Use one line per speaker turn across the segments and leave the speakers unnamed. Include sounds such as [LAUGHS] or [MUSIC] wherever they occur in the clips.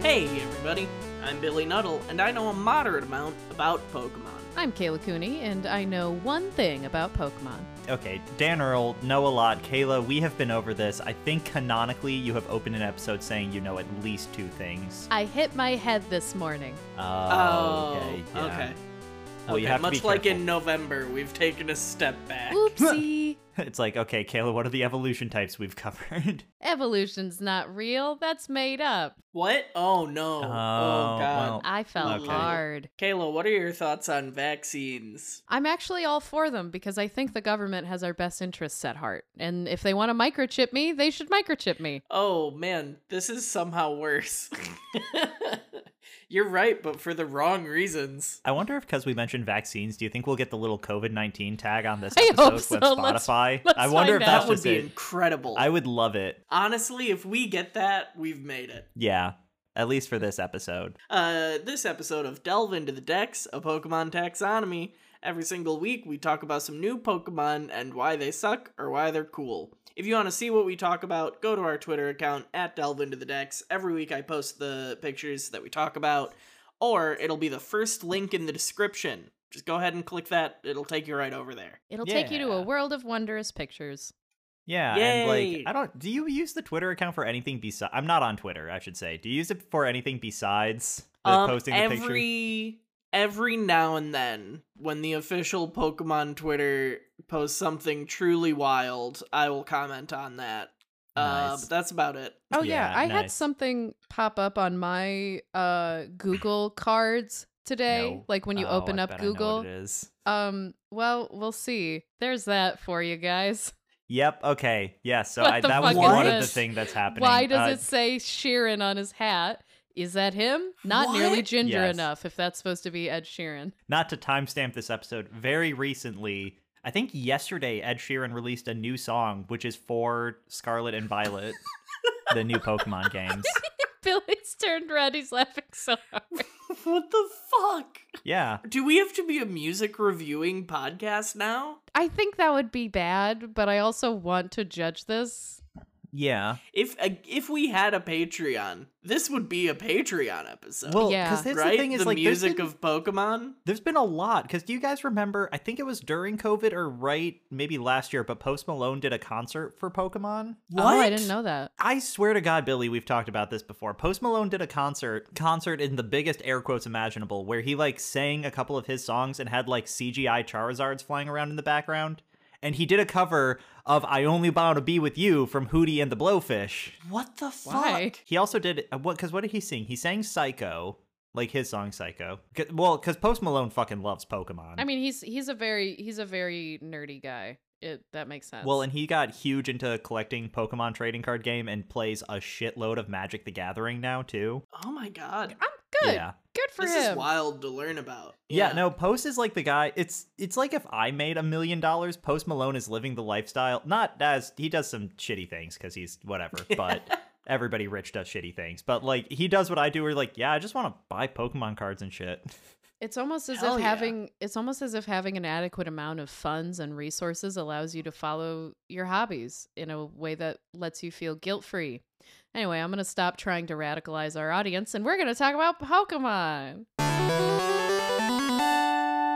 Hey, everybody. I'm Billy Nuttall, and I know a moderate amount about Pokemon.
I'm Kayla Cooney, and I know one thing about Pokemon.
Okay, Dan Earl, know a lot. Kayla, we have been over this. I think canonically you have opened an episode saying you know at least two things.
I hit my head this [LAUGHS] morning.
Oh, okay. yeah.
okay.
Well, you
Okay,
have to
Much
be
like
[LAUGHS] careful.
in November, we've taken a step back.
Oopsie.
It's like, okay, Kayla, what are the evolution types we've [LAUGHS] covered?
Evolution's not real. That's made up.
What? Oh, no. Oh,
Oh,
God.
well.
I fell
Okay.
hard.
Kayla, what are your thoughts on vaccines?
I'm actually all for them because I think the government has our best interests at heart. And if they want to microchip me, they should microchip me.
Oh, man, this is somehow worse. [LAUGHS] You're right, but for the wrong reasons.
I wonder if because we mentioned vaccines, do you think we'll get the little COVID 19 tag on this
I
episode
hope
with
so. Let's-
Spotify?
let's
I wonder if
find
that's
that would
just
be
it.
incredible.
I would love it.
Honestly, if we get that, we've made it.
Yeah, at least for this episode.
Uh, this episode of Delve into the Decks, a Pokemon taxonomy. Every single week, we talk about some new Pokemon and why they suck or why they're cool. If you want to see what we talk about, go to our Twitter account at Delve into the Decks. Every week, I post the pictures that we talk about, or it'll be the first link in the description. Just go ahead and click that; it'll take you right over there.
It'll take you to a
Yeah.
world of wondrous pictures.
Yeah, and
Yay.
like I don't do you use the Twitter account for anything besides I'm not on Twitter, I should say. Do you use it for anything besides the
Um,
posting the pictures?
every every now and then when the official pokemon twitter posts something truly wild i will comment on that uh,
um,
Nice.
but that's about it [LAUGHS]
Oh yeah,
Yeah,
I had
nice.
something pop up on my uh Google cards today.
No.
Like when you
Oh,
open
I
up
bet I know what
Google.
it is.
Um well, we'll see. There's that for you guys. [LAUGHS]
Yep. Okay. Yeah. So
What
I,
the
that was
fuck is
one of the
this?
thing that's happening.
Why does
Uh,
it say Sheeran on his hat? Is that him? Not nearly
What?
ginger
Yes.
enough if that's supposed to be Ed Sheeran. [LAUGHS]
Not to timestamp this episode. Very recently, I think yesterday, Ed Sheeran released a new song, which is for Scarlet and Violet, the new Pokemon
[LAUGHS]
games.
Billy's turned red. He's laughing so hard.
what the fuck
Yeah.
do we have to be a music reviewing podcast now
I think that would be bad, but I also want to judge this.
Yeah.
if uh, if we had a patreon this would be a patreon episode
Well,
Yeah.
because the
right
thing is
the
like there's
music
been-
of pokemon
There's been a lot because do you guys remember? I think it was during COVID or right maybe last year, but Post Malone did a concert for Pokemon.
Oh, I didn't know that.
I swear to God, Billy, we've talked about this before. Post Malone did a concert, concert in the biggest air quotes imaginable, where he like sang a couple of his songs and had like CGI Charizards flying around in the background. And he did a cover of "I Only Bound to Be with You" from Hootie and the Blowfish.
what the fuck
Why?
He also did uh, what? Because what did he sing? He sang "Psycho," like his song "Psycho." 'Cause- well, because Post Malone fucking loves Pokemon.
I mean, he's he's a very he's a very nerdy guy. It that makes sense.
Well, and he got huge into collecting Pokemon trading card game and plays a shitload of Magic the Gathering now too.
oh my god
I'm good.
Yeah.
Good for
this is
him.
wild to learn about
Yeah.
[LAUGHS]
no, Post is like the guy. It's it's like if I made a million dollars, Post Malone is living the lifestyle. Not as he does some shitty things because he's whatever,
[LAUGHS]
but everybody rich does shitty things. But like he does what I do, where like, yeah, I just want to buy Pokemon cards and shit. [LAUGHS]
It's almost as
Hell
if
yeah.
having it's almost as if having an adequate amount of funds and resources allows you to follow your hobbies in a way that lets you feel guilt free. Anyway, I'm gonna stop trying to radicalize our audience, and we're gonna talk about Pokemon.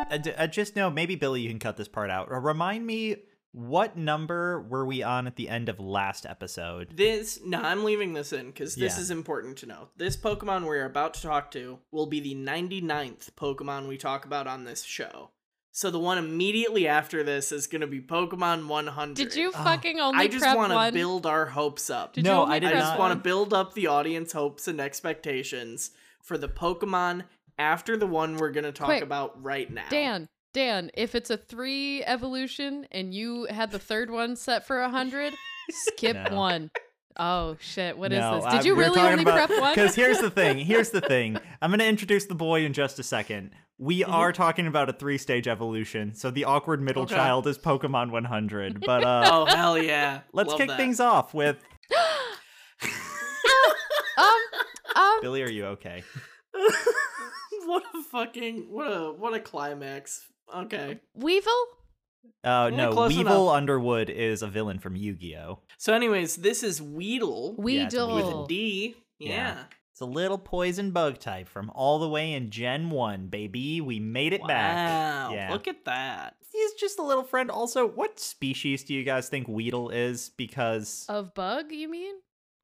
I, d- I just know maybe Billy, you can cut this part out. Remind me what number were we on at the end of last episode?
This no, I'm leaving this in because this
Yeah.
is important to know. This Pokemon we're about to talk to will be the 99th Pokemon we talk about on this show. So the one immediately after this is going to be Pokemon 100.
Did you
Oh,
fucking only
Ah, I just
prep
want to
one?
build our hopes up.
Did you
No,
only
I did
I
prep
just
not.
want [LAUGHS]
one?
to build up the audience hopes and expectations for the Pokemon after the one we're going to talk
Quick.
about right now.
Dan, Dan, if it's a three evolution and you had the third one set for a hundred, skip
No.
one. Oh shit! What is
No,
this?
I-
Did you
we're
really
talking
only
about-
prep one?
Because here's the thing. Here's the thing. I'm going to introduce the boy in just a second. We
Mm-hmm.
are talking about a three stage evolution. So the awkward middle
Okay.
child is
[LAUGHS]
Pokemon 100. But uh,
Oh hell yeah.
[LAUGHS] let's
Love
kick
that. [LAUGHS]
things off with
um, [LAUGHS] um,
Billy, are you okay?
what a fucking what a what a climax. Okay.
Weevil.
Uh,
Yeah,
no,
close
Weevil Underwood is a villain from Yu Gi Oh!
So anyways, this is Weedle
Yeah, it's a
Weedle.
with a D. Yeah.
Yeah. It's a little poison bug type from all the way in Gen 1, baby. We made it back.
Wow,
Yeah.
Look at that.
He's just a little friend. Also, what species do you guys think Weedle is? Because,
Of bug, you mean?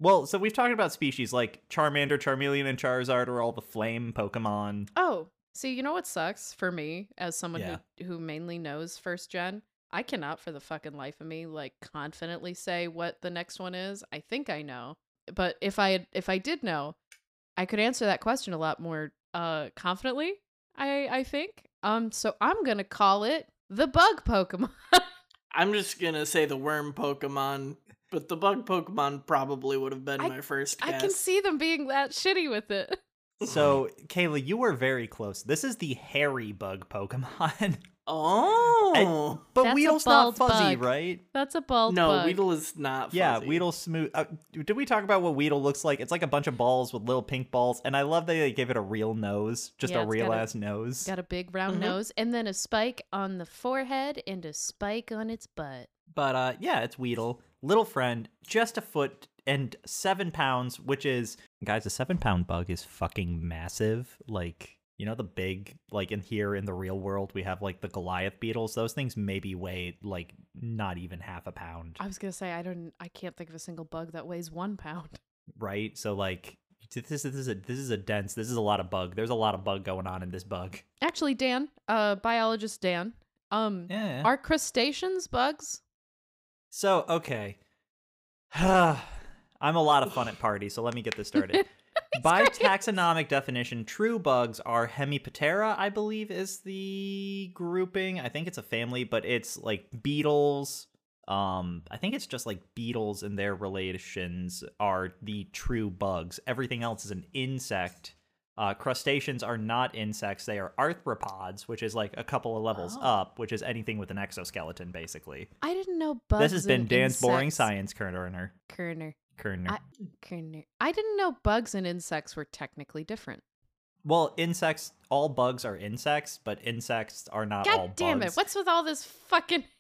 well, so we've talked about species like Charmander, Charmeleon, and Charizard are all the flame Pokemon.
Oh, see, you know what sucks for me as someone
Yeah.
who who mainly knows first gen? I cannot for the fucking life of me like confidently say what the next one is. I think I know, but if I had, if I did know, I could answer that question a lot more uh confidently. I I think. Um so I'm going to call it the bug pokemon. [LAUGHS]
I'm just gonna say the worm Pokemon, but the bug Pokemon probably would have been
I-
my first guess.
I can see them being that shitty with it. [LAUGHS]
So, Kayla, you were very close. This is the hairy bug Pokemon. [LAUGHS]
Oh.
but
That's a
Weedle's
bald
not fuzzy,
bug.
right?
That's a bald
no,
bug.
Weedle is not. Fuzzy.
Yeah, Weedle smooth. Uh, did we talk about what Weedle looks like? It's like a bunch of balls with little pink balls, and I love that they gave it a real nose, just
Yeah,
a
it's
real
got a-
ass nose.
Got a big round
Mhm.
nose and then a spike on the forehead and a spike on its butt.
But uh, yeah, it's Weedle, little friend, just a foot and seven pounds, which is guys, a seven pound bug is fucking massive. Like you know the big like in here in the real world we have like the Goliath beetles. Those things maybe weigh like not even half a pound,
I was gonna say I don't I can't think of a single bug that weighs one pound. [LAUGHS]
right? So like this is this is a this is a dense. This is a lot of bug. There's a lot of bug going on in this bug.
Actually, Dan, uh biologist Dan, um
Yeah.
are crustaceans bugs?
So, okay. [SIGHS] I'm a lot of fun at parties, so let me get this started. By taxonomic definition, true bugs are Hemiptera, I believe is the grouping. I think it's a family, but it's like beetles. Um, I think it's just like beetles and their relations are the true bugs. Everything else is an insect. Uh, crustaceans are not insects; they are arthropods, which is like a couple of levels
Oh.
up, which is anything with an exoskeleton, basically
I didn't know bugs.
this has been
and
Dan's boring
insects-
science corner.
Kerner,
Kerner.
I- Kerner. I didn't know bugs and insects were technically different.
Well, insects. All bugs are insects, but insects are not all
God damn
bugs.
it! What's with all this fucking [LAUGHS]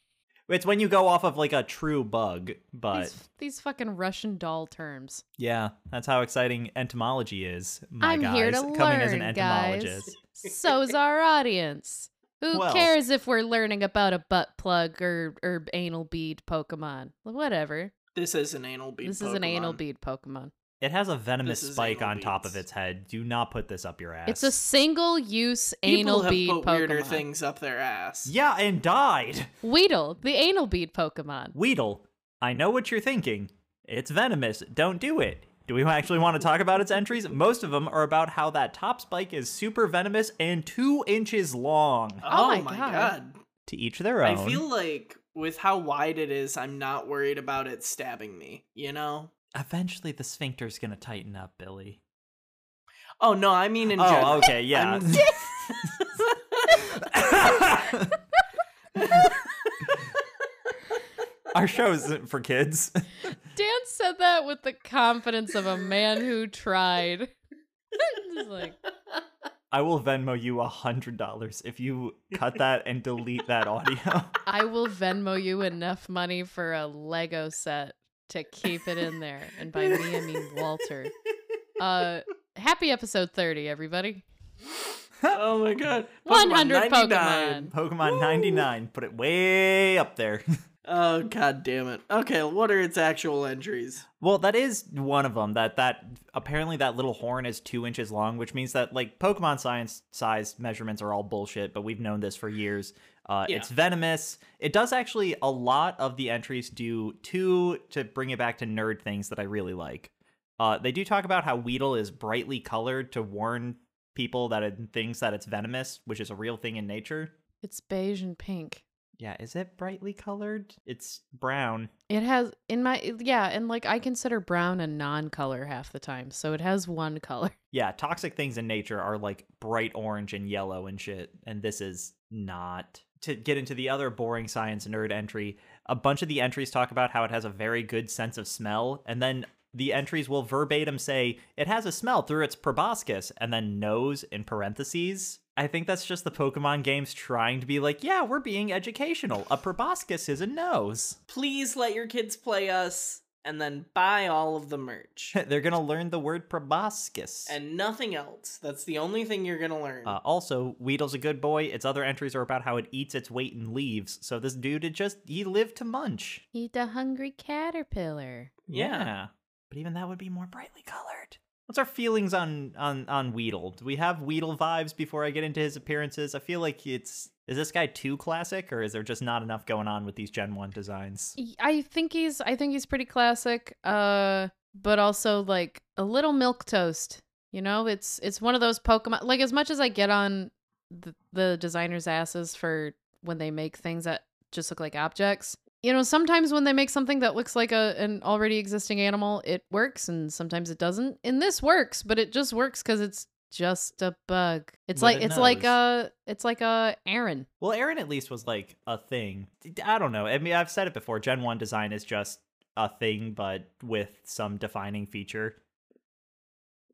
It's when you go off of like a true bug, but
these, these fucking Russian doll terms?
yeah, that's how exciting entomology is. My
I'm
guys,
here to
coming as an
learn, guys.
entomologist.
So's our audience. Who
Well-
cares if we're learning about a butt plug or or anal bead Pokemon? Whatever.
This is an anal bead.
This is an anal
Pokemon.
bead Pokemon.
It has a venomous
This is
spike
anal
on top
beads.
of its head. Do not put this up your ass.
It's a single use
People
anal
have
bead
put weirder
Pokemon.
things up their ass.
yeah, and died.
Weedle, the anal
[LAUGHS]
bead Pokemon.
Weedle, I know what you're thinking. It's venomous. Don't do it. Do we actually want to talk about its entries? Most of them are about how that top spike is super venomous and two inches long.
Oh,
Oh my
my, god.
God.
To each their own.
I feel like with how wide it is, I'm not worried about it stabbing me. You know?
Eventually, the sphincter's gonna tighten up, Billy.
Oh no, I mean in
Oh,
general.
okay, yeah.
I'm-
[LAUGHS] Our show isn't for kids.
Dan said that with the confidence of a man who tried. [LAUGHS] Just like,
I will Venmo you a hundred dollars if you cut that and delete that audio.
I will Venmo you enough money for a Lego set to keep it in there. And by me, I mean Walter. Uh, happy episode 30, everybody.
[LAUGHS] Oh my god.
100
99.
Pokemon.
Pokemon 99, put it way up there. [LAUGHS]
Oh god damn it. Okay, what are its actual entries?
well, that is one of them. That that apparently that little horn is two inches long, which means that like Pokemon science size measurements are all bullshit. But we've known this for years. Uh,
Yeah.
It's venomous. It does actually a lot of the entries do two to bring it back to nerd things that I really like. Uh, they do talk about how Weedle is brightly colored to warn people that it thinks that it's venomous, which is a real thing in nature.
It's beige and pink.
Yeah, is it brightly colored? It's brown.
It has in my yeah, and like I consider brown a non-color half the time, so it has one [LAUGHS] color.
Yeah, toxic things in nature are like bright orange and yellow and shit, and this is not. To get into the other boring science nerd entry, a bunch of the entries talk about how it has a very good sense of smell, and then the entries will verbatim say it has a smell through its proboscis, and then nose in parentheses. I think that's just the Pokemon games trying to be like, yeah, we're being educational. A proboscis is a nose. [LAUGHS]
Please let your kids play us. and then buy all of the
[LAUGHS]
merch
They're gonna learn the word proboscis.
and nothing else. That's the only thing you're gonna learn.
uh, also, Weedle's a good boy. Its other entries are about how it eats its weight in leaves. So this dude had just he lived to munch.
Eat a hungry caterpillar.
Yeah.
But even that would be more brightly colored. What's our feelings on on on Weedle? Do we have Weedle vibes before I get into his appearances? I feel like it's is this guy too classic or is there just not enough going on with these Gen 1 designs?
Y- I think he's I think he's pretty classic. Uh but also like a little milk toast. You know, it's it's one of those Pokemon like as much as I get on the, the designers asses for when they make things that just look like objects. You know, sometimes when they make something that looks like a an already existing animal, it works and sometimes it doesn't. And this works, but it just works cuz it's just a bug. It's
But
like
it
it's like
knows.
a it's like a Aaron.
Well, Aaron at least was like a thing. I don't know. I mean, I've said it before. Gen 1 design is just a thing, but with some defining feature.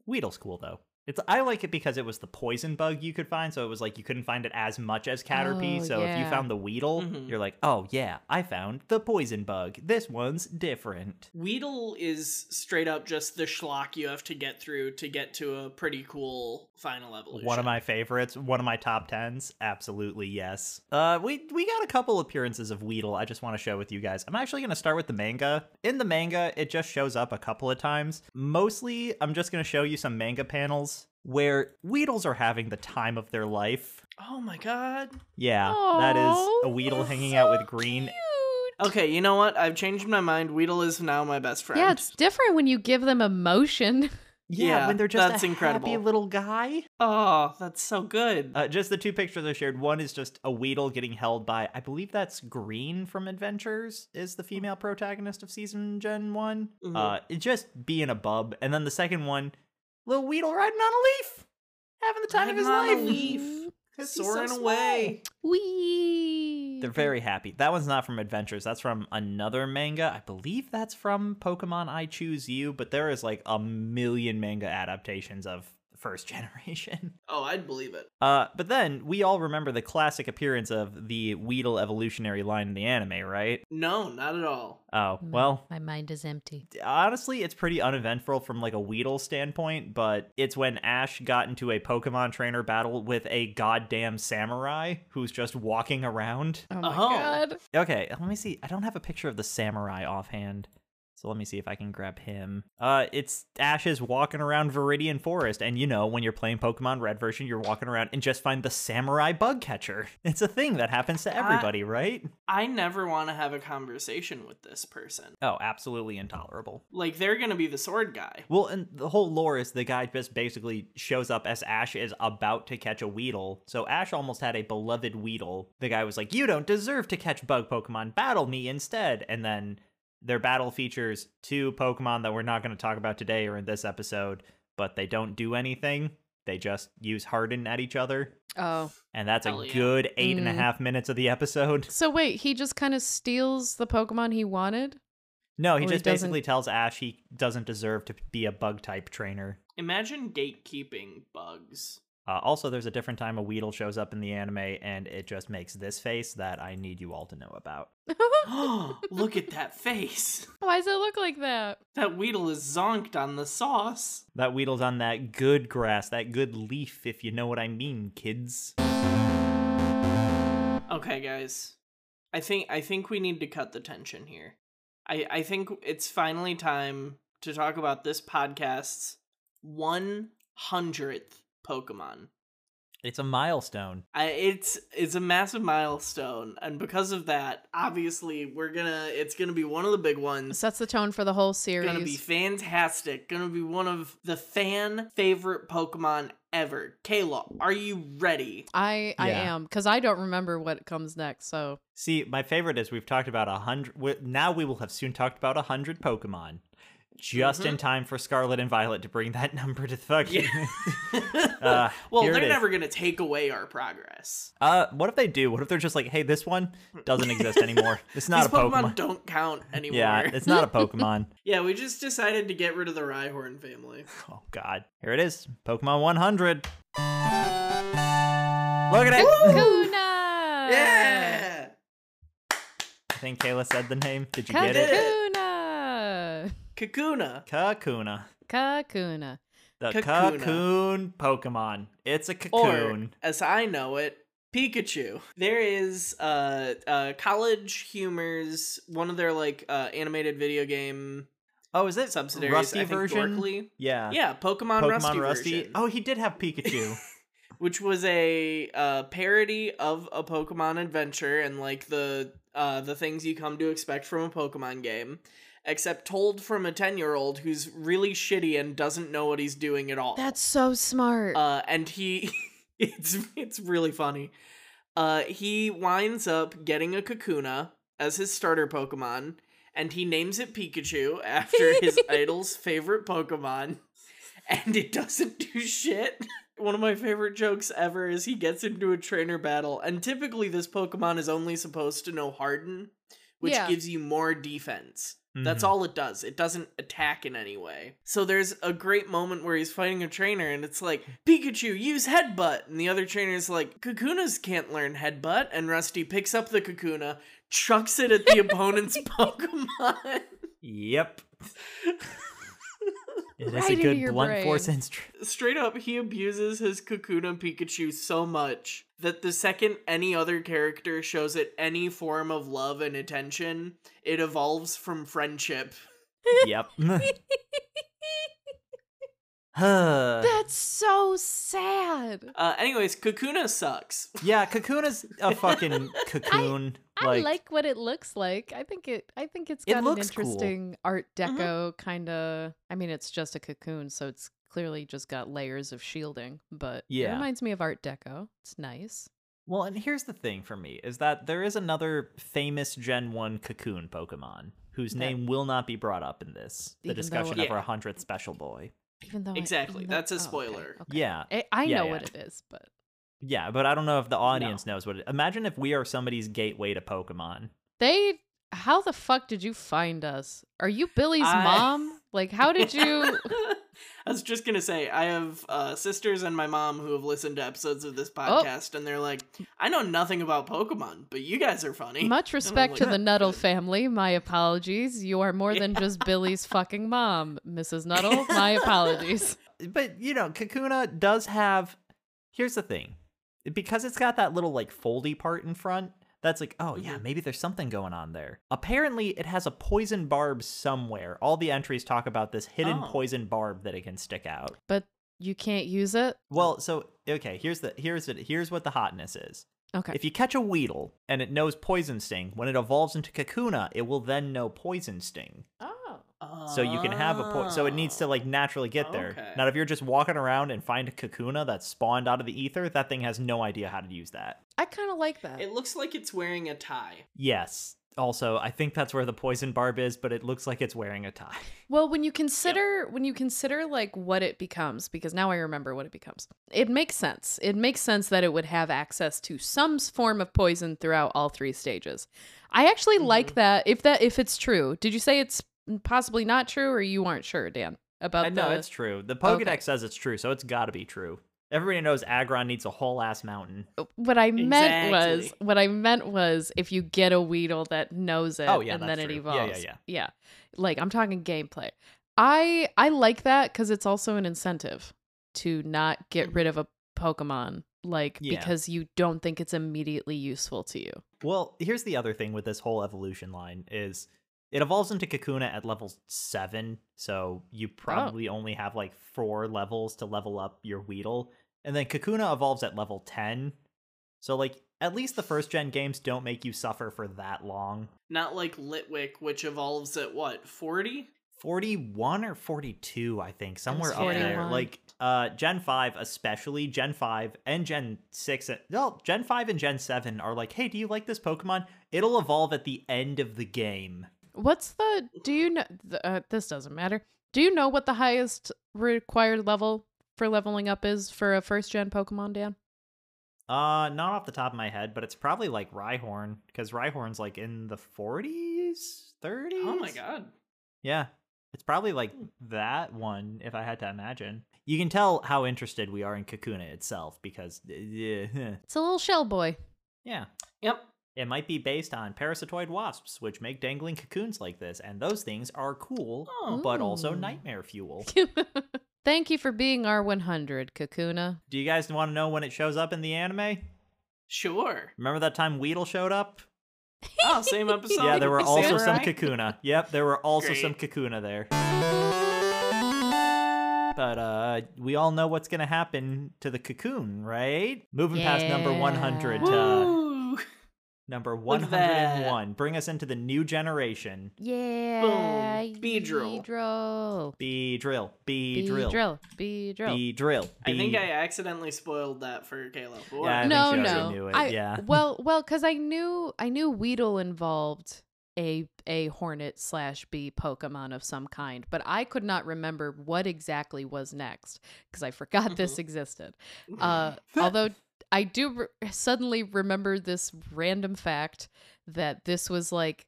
Weedle's cool, though. It's, I like it because it was the poison bug you could find, so it was like you couldn't find it as much as Caterpie.
Oh,
so if you
yeah. Mm-hmm.
found the Weedle,
Mhm.
you're like, oh yeah, I found the poison bug. This one's different.
Weedle is straight up just the schlock you have to get through to get to a pretty cool final evolution.
One of my favorites, one of my top tens. Absolutely yes. Uh, we we got a couple appearances of Weedle. I just want to show with you guys. I'm actually gonna start with the manga. In the manga, it just shows up a couple of times. Mostly, I'm just gonna show you some manga panels where Weedles are having the time of their life.
Oh my god.
Yeah, that is
Aw,
a Weedle
that's
hanging out
so
with Green.
cute.
Okay, you know what? I've changed my mind. Weedle is now my best friend.
Yeah, it's different when you give them emotion. [LAUGHS]
Yeah,
Yeah,
when they're just
that's
a
incredible.
happy little guy.
Oh, that's so good.
Uh, just the two pictures I shared. One is just a Weedle getting held by, I believe that's Green from Adventures, is the female protagonist of season Gen one
Mhm.
Uh, it just being a bub, and then the second one, little Weedle riding on a leaf, having the time
Riding
of his
on a
life.
leaf.
Cause he's so
Soaring
small.
away.
Wee.
They're very happy. That one's not from Adventures. That's from another manga. I believe that's from Pokemon I Choose You, but there is like a million manga adaptations of first [LAUGHS] generation.
Oh, I'd believe it.
Uh, but then we all remember the classic appearance of the Weedle evolutionary line in the anime, right?
No, not at all.
Oh,
Mm.
well,
My mind is empty.
honestly, it's pretty uneventful from like a Weedle standpoint, but it's when Ash got into a Pokemon trainer battle with a goddamn samurai who's just walking around.
Oh my
Oh.
god.
Okay, let me see. I don't have a picture of the samurai offhand. So let me see if I can grab him. Uh, it's Ash is walking around Viridian Forest, and you know when you're playing Pokemon Red version, you're walking around and just find the samurai bug catcher. [LAUGHS] It's a thing that happens to everybody, right?
I never want to have a conversation with this person.
Oh, absolutely intolerable.
Like, they're gonna be the sword guy.
Well, and the whole lore is the guy just basically shows up as Ash is about to catch a Weedle. So Ash almost had a beloved Weedle. The guy was like, You don't deserve to catch bug Pokemon. Battle me instead. And then their battle features two Pokemon that we're not going to talk about today or in this episode, but they don't do anything. They just use Harden at each other.
Oh.
And that's
Hell
a
yeah.
good eight and a half
Mm.
minutes of the episode. [LAUGHS]
So wait, he just kind of steals the Pokemon he wanted? [LAUGHS]
No, he
Well, he
just basically tells Ash he doesn't deserve to be a bug type trainer.
Imagine gatekeeping bugs. [GASPS]
Uh, also, there's a different time a Weedle shows up in the anime, and it just makes this face that I need you all to know about.
Look at that face.
Why does it look like that?
That Weedle is zonked on the sauce.
That Weedle's on that good grass, that good leaf, if you know what I mean, kids.
Okay, guys. I think I think we need to cut the tension here. I I think it's finally time to talk about this podcast's 100th Pokemon.
It's a milestone.
I, it's it's a massive milestone and because of that, obviously we're going to it's going to be one of the big ones.
Sets the tone for the
Mm.
whole
It's
series.
Gonna be fantastic. Gonna be one of the fan favorite Pokemon ever. Kayla, are you ready? [LAUGHS]
I I
Yeah.
am cuz I don't remember what comes next. So
See, my favorite is we've talked about a hundred. wi- Now we will have soon talked about a hundred Pokemon, just
Mm-hmm.
in time for Scarlet and Violet to bring that [LAUGHS] number to the fucking. [LAUGHS] Uh,
[LAUGHS] well,
here it
they're
is.
never gonna take away our progress.
Uh, what if they do? What if they're just like, hey, this one doesn't
[LAUGHS]
exist anymore. It's not
These
a Pokemon.
don't count anymore.
[LAUGHS] yeah, it's not a Pokemon.
[LAUGHS] Yeah, we just decided to get rid of the Rhyhorn family.
Oh God! Here it is, Pokemon 100. Look at it.
Kuna.
Yeah.
I think Kayla said the name. Did you get it?
Kakuna.
Kakuna.
Kakuna.
Kakuna.
The
Kakuna.
cocoon Pokemon. It's a
Or,
cocoon.
as I know it, Pikachu. There is uh, uh College Humor's one of their like uh animated video game
oh, is it
subsidiaries.
Rusty
I think
version?
Dorkly.
Yeah.
Yeah, Pokemon,
Pokemon
Rusty,
Rusty.
version,
Oh, he did
[LAUGHS]
have Pikachu. Mm-hmm.
which was a uh, parody of a Pokemon adventure and like the uh, the things you come to expect from a Pokemon game, except told from a ten year old who's really shitty and doesn't know what he's doing at all.
That's so [LAUGHS] smart.
Uh, and he, [LAUGHS] it's it's really funny. Uh, he winds up getting a Kakuna as his starter Pokemon, and he names it Pikachu after his idol's favorite Pokemon, and it doesn't do shit. One of my favorite jokes ever is he gets into a trainer battle, and typically this Pokemon is only supposed to know Harden, which
Yeah.
gives you more defense. That's
Mhm.
all it does. It doesn't attack in any way. So there's a great moment where he's fighting a trainer and it's like, Pikachu, use headbutt. And the other trainer's like, Kakunas can't learn headbutt. And Rusty picks up the Kakuna, chucks it at the opponent's Pokemon. [LAUGHS]
Yep. It is
Right
a
into
good
your
blunt
brain.
[LAUGHS]
force instrument.
Straight up, he abuses his Kakuna Pikachu so much that the second any other character shows it any form of love and attention, it evolves from friendship.
yep. [LAUGHS] Huh.
That's so sad.
Uh, anyways, Kakuna sucks.
yeah, Kakuna's
[LAUGHS]
a fucking cocoon.
I like what it looks like. I think it. I think it's
It
got an
looks cool. Mm-hmm.
interesting Art Deco
Mhm.
kind of. I mean, it's just a cocoon, so it's clearly just got layers of shielding. But it
Yeah.
reminds me of Art Deco. It's nice.
Well, and here's the thing for me is that there is another famous Gen 1 cocoon Pokemon whose
That-
name will not be brought up in this,
Even
the
though
discussion
it-
of our
Yeah.
100th special boy.
Even though I-
Exactly,
even though-
that's a
oh, okay,
spoiler.
okay.
Yeah.
I, I
Yeah,
know
yeah.
what it is, but
Yeah, but I don't know if the audience knows what it Imagine if we are somebody's gateway to Pokemon.
they. How the fuck did you find us? Are you Billy's
I-
mom? Like, how
[LAUGHS]
did you?
[LAUGHS] I was just gonna say I have uh, sisters and my mom who have listened to episodes of
Oh.
this podcast, and they're like, "I know nothing about Pokemon, but you guys are
[LAUGHS]
funny."
Much respect to
like,
the Nuttall family. My apologies. You are more than
[LAUGHS]
just Billy's fucking mom, Mrs. Nuttall. My apologies.
Uh, But, you know, Kakuna does have Here's the thing. Because it's got that little like foldy part in front, that's like, oh yeah,
Mhm.
maybe there's something going on there. Apparently, it has a poison barb somewhere. All the entries talk about this hidden
Oh.
poison barb that it can stick out.
But you can't use it.
Well, so okay, here's the here's the, here's what the hotness is.
Okay.
If you catch a Weedle and it knows Poison Sting, when it evolves into Kakuna, it will then know Poison Sting.
oh.
So you can have a po- so it needs to like naturally get there.
Okay.
Now if you're just walking around and find a Kakuna that's spawned out of the ether, that thing has no idea how to use that.
I kind of like that.
Ah. It looks like it's wearing a tie.
Yes. Also, I think that's where the poison barb is, but it looks like it's wearing a tie.
well, when you consider when you consider like what it becomes because now I remember what it becomes. It makes sense. It makes sense that it would have access to some s- form of poison throughout all three stages. I actually
Mm-hmm.
like that if that if it's true. Did you say it's possibly not true or you aren't sure, Dan? About
I know
the-
it's true. The Pokédex
Okay.
says it's true, so it's got to be true. Everybody knows Aggron needs a whole ass mountain.
what I meant was
Exactly.
what I meant was if you get a Weedle that knows it
Oh, yeah,
and
that's
then it
true. Yeah, yeah,
evolves.
yeah.
Like I'm talking gameplay. I I like that cuz it's also an incentive to not get rid of a Pokemon like
Mm-hmm. Yeah.
because you don't think it's immediately useful to you.
Well, here's the other thing with this whole evolution line is it evolves into Kakuna at level 7, so you probably only have like 4 levels to level up your Weedle. And then Kakuna evolves at level 10. So like at least the first gen games don't make you suffer for that long.
Not like Litwick, which evolves at what forty.
41 or 42, I think, somewhere up
41.
there. Like uh Gen 5 especially, Gen 5 and Gen 6, no, Gen 5 and Gen 7 are like, "Hey, do you like this Pokemon? It'll evolve at the end of the game."
What's the do you know th- uh, this doesn't matter. Do you know what the highest required level for leveling up is for a first gen Pokemon, Dan?
Uh, not off the top of my head, but it's probably like Rhyhorn because Rhyhorn's like in the 40s, 30s.
Oh my god! Hmm.
Yeah, it's probably like that one if I had to imagine. You can tell how interested we are in Kakuna itself because eh, yeah, [LAUGHS]
It's a little shell boy.
yeah,
Yep.
It might be based on parasitoid wasps, which make dangling cocoons like this, and those things are cool,
Oh.
but also
Ooh.
nightmare fuel.
[LAUGHS] Thank you for being our 100, Kakuna.
Do you guys want to know when it shows up in the anime?
[LAUGHS]
Sure.
Remember that time Weedle showed up?
Oh, same [LAUGHS] episode.
yeah, there were
with the
also some
samurai?
Kakuna. Yep, there were also some Kakuna there. But uh, we all know what's gonna happen to the cocoon, right? Moving past number
Yeah.
one hundred to
Woo!
number
Look
one
at
hundred
that.
and one. Bring us into the new generation.
Yeah.
Beedrill.
Beedrill.
B drill, B drill,
Beedrill. Beedrill.
B drill.
I think
B-
I uh, accidentally spoiled that for Caleb. But
Yeah, I
whatever.
think
no,
she already
no.
knew it,
I,
yeah. [LAUGHS]
Well, well, because I knew I knew Weedle involved a a hornet slash bee Pokemon of some kind, but I could not remember what exactly was next because I forgot
Mm-hmm.
this existed. Uh, although I do re- suddenly remember this random fact that this was like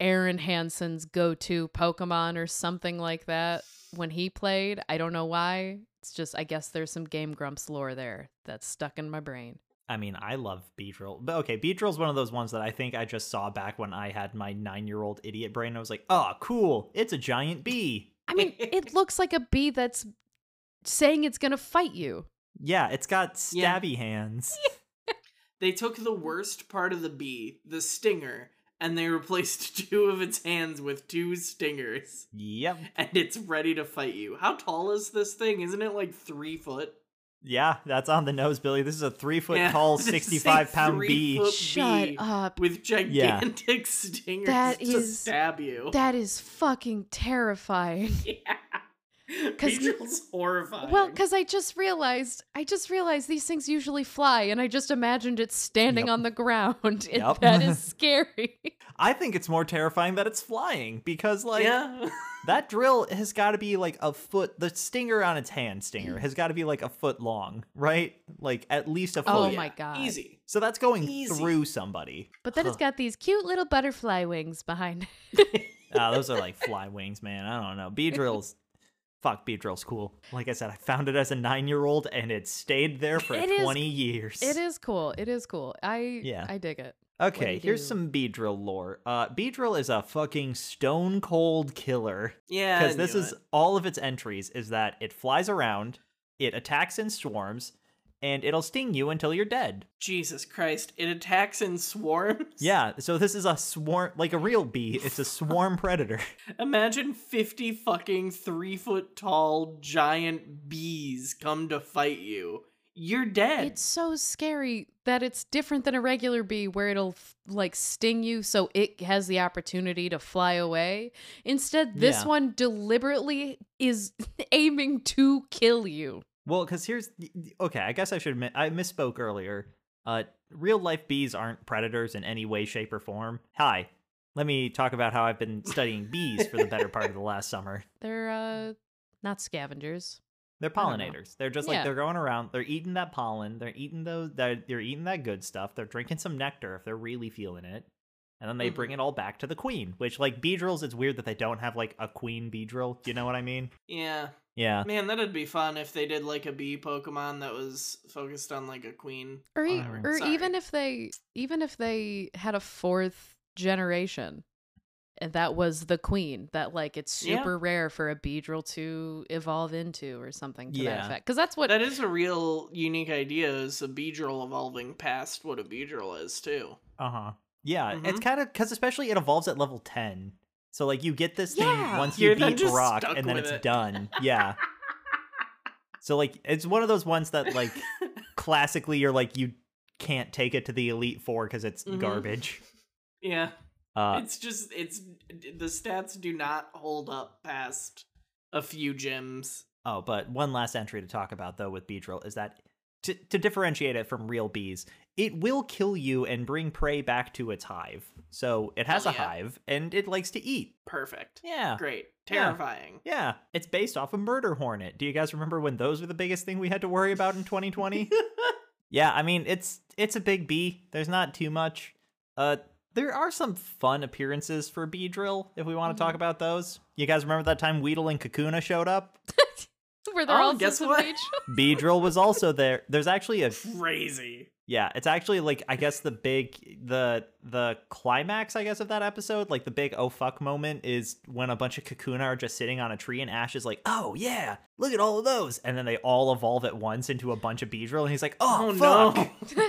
Aaron Hansen's go-to Pokemon or something like that when he played. I don't know why. It's just I guess there's some Game Grumps lore there that's stuck in my brain.
I mean, I love Beedrill. But okay, Beedrill's one of those ones that I think I just saw back when I had my nine year old idiot brain. I was like, oh, cool. It's a giant bee.
I mean, it looks like a bee that's saying it's gonna fight you.
Yeah, it's got
Yeah.
stabby hands.
They took the worst part of the bee, the stinger, and they [LAUGHS] replaced two of its hands with two stingers,
Yep.
and it's ready to fight you. How tall is this thing? Isn't it like three foot?
Yeah, that's on the nose, Billy. This is a three foot
Yeah, [LAUGHS]
tall,
this is a
65 pound bee.
three-foot-
Shut
bee.
up.
With gigantic [LAUGHS] stingers
That
to
is-
stab you.
That is fucking terrifying.
[LAUGHS] yeah.
'Cause-
Beedrill's horrifying.
Well, because I just realized, I just realized these things usually fly, and I just imagined it standing
Yep.
on the ground. [LAUGHS] And
Yep.
That
[LAUGHS]
is scary.
I think it's more terrifying that it's flying because, like,
oh
yeah.
that drill has got to be like a foot. The stinger on its hand, stinger, has got to be like a foot long, right? Like, at least a foot.
Oh
yeah.
my God.
Easy.
So that's going
Easy.
through somebody.
But then it's
Huh.
got these cute little butterfly wings behind.
Ah, those are like fly wings, man. I don't know. Bee drills. Fuck, bee drills cool. Like I said, I found it as a nine year old and it stayed there for
It is-
20 years.
It is cool. It is cool. I
Yeah.
I dig it.
Okay,
you
here's
do?
some bee drill lore. Uh, bee drill is a fucking stone cold killer.
Yeah. I
Because this
knew
is
it.
all of its entries is that it flies around, it attacks in swarms, and it'll sting you until you're dead.
Jesus Christ. It attacks in swarms.
Yeah, so this is a swarm, like a real bee, it's
[LAUGHS]
a swarm predator. [LAUGHS]
Imagine 50 fucking three foot tall giant bees come to fight you. You're dead.
It's so scary that it's different than a regular bee where it'll f- like sting you so it has the opportunity to fly away. Instead, this
Yeah.
one deliberately is [LAUGHS] aiming to kill you.
Well, because here's the- the- okay. I guess I should admit I misspoke earlier. Uh, real life bees aren't predators in any way, shape, or form. Hi, let me talk about how I've been studying bees for the better part of the last summer.
They're uh not scavengers.
They're
I don't know.
pollinators. They're just like
Yeah.
they're going around. They're eating that pollen. They're eating those. They're, they're eating that good stuff. They're drinking some nectar if they're really feeling it, and then they bring
Mm-hmm.
it all back to the queen. Which like bee drills, it's weird that they don't have like a queen bee drill. You know what I mean?
yeah.
Yeah.
Man, that'd be fun if they did like a bee Pokemon that was focused on like a queen.
Or e-
Whatever.
or
Sorry.
even if they even if they had a fourth generation and that was the queen that like it's
Yeah.
super rare for a beedrill to evolve into or something to that
Yeah.
effect. Cuz that's what
That is a real unique idea is a Beedrill evolving past what a Beedrill is too.
Uh huh. Yeah, it's
Mhm.
kind of because especially it evolves at level ten. So like you get this
Yeah.
thing once
You're
you
then
beat
just
Brock,
stuck
and then
with
it's
it.
done.
[LAUGHS]
Yeah. so like it's one of those ones
[LAUGHS]
that like classically you're like you can't take it to the elite four because it's
Mhm.
garbage.
Yeah.
Uh,
it's just it's the stats do not hold up past a few gyms.
oh, but one last entry to talk about though with Beedrill is that to, to differentiate it from real bees, it will kill you and bring prey back to its hive. So it has
Hell
a
Oh, yeah.
hive and it likes to eat.
Perfect.
Yeah.
Great.
Yeah.
Terrifying.
Yeah, it's based off a murder hornet. Do you guys remember when those were the biggest thing we had to worry about
[LAUGHS]
in 2020? yeah, I mean it's it's a big bee. There's not too much. Uh, there are some fun appearances for Bee Drill if we want to
Mm-hmm.
talk about those. You guys remember that time Weedle and Kakuna showed up?
where they're
Oh,
all
guess
guess
[LAUGHS] what?
Beach. [LAUGHS]
Bee Drill was also there. There's actually a
Crazy.
Yeah, it's actually like I guess the big the the climax I guess of that episode, like the big oh fuck moment is when a bunch of Kakuna are just sitting on a tree and Ash is like, "Oh yeah, look at all of those." And then they all evolve at once into a bunch of Beedrill and he's like, "Oh,
Oh,
fuck."
no.
[LAUGHS]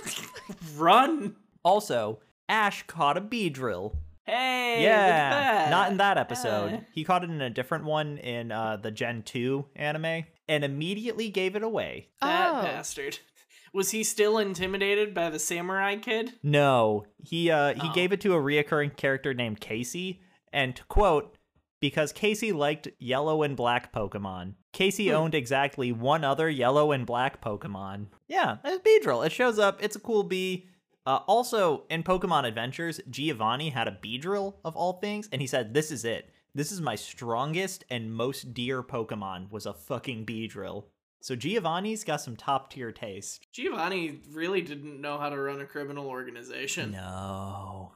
Run.
Also, Ash caught a Beedrill.
Hey. look at
yeah.
that.
Not in that episode.
Hey.
He caught it in a different one in uh the Gen 2 anime and immediately gave it away.
That
Oh.
bastard. [LAUGHS] Was he still intimidated by the samurai kid?
No, he uh, he
Oh.
gave it to a reoccurring character named Casey, and to quote, because Casey liked yellow and black Pokemon. Casey owned exactly one other yellow and black Pokemon. Yeah, it's Beedrill. It shows up. It's a cool bee. Uh, also, in Pokemon Adventures, Giovanni had a Beedrill of all things, and he said, "This is it. This is my strongest and most dear Pokemon. Was a fucking Beedrill." So Giovanni's got some top tier taste.
Giovanni really didn't know how to run a criminal organization.
No.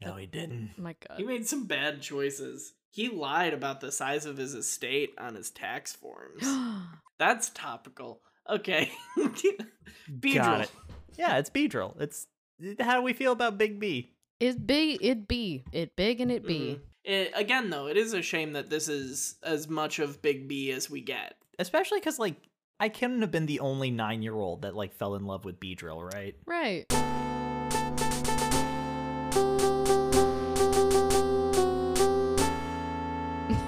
No, he didn't.
My
He
God.
made some bad choices. He lied about the size of his estate on his tax
[GASPS]
forms. That's topical. Okay. [LAUGHS] Beedrill.
Got it. Yeah, it's Beedrill. It's how do we feel about Big B?
[GASPS] it big. It be. It big and it be.
It, Mm-hmm. Eh, again, though, it is a shame that this is as much of Big B as we get.
[LAUGHS] Especially because like I couldn't have been the only nine year old that like fell in love with Beedrill, right?
Mm-hmm.
Right. [LAUGHS]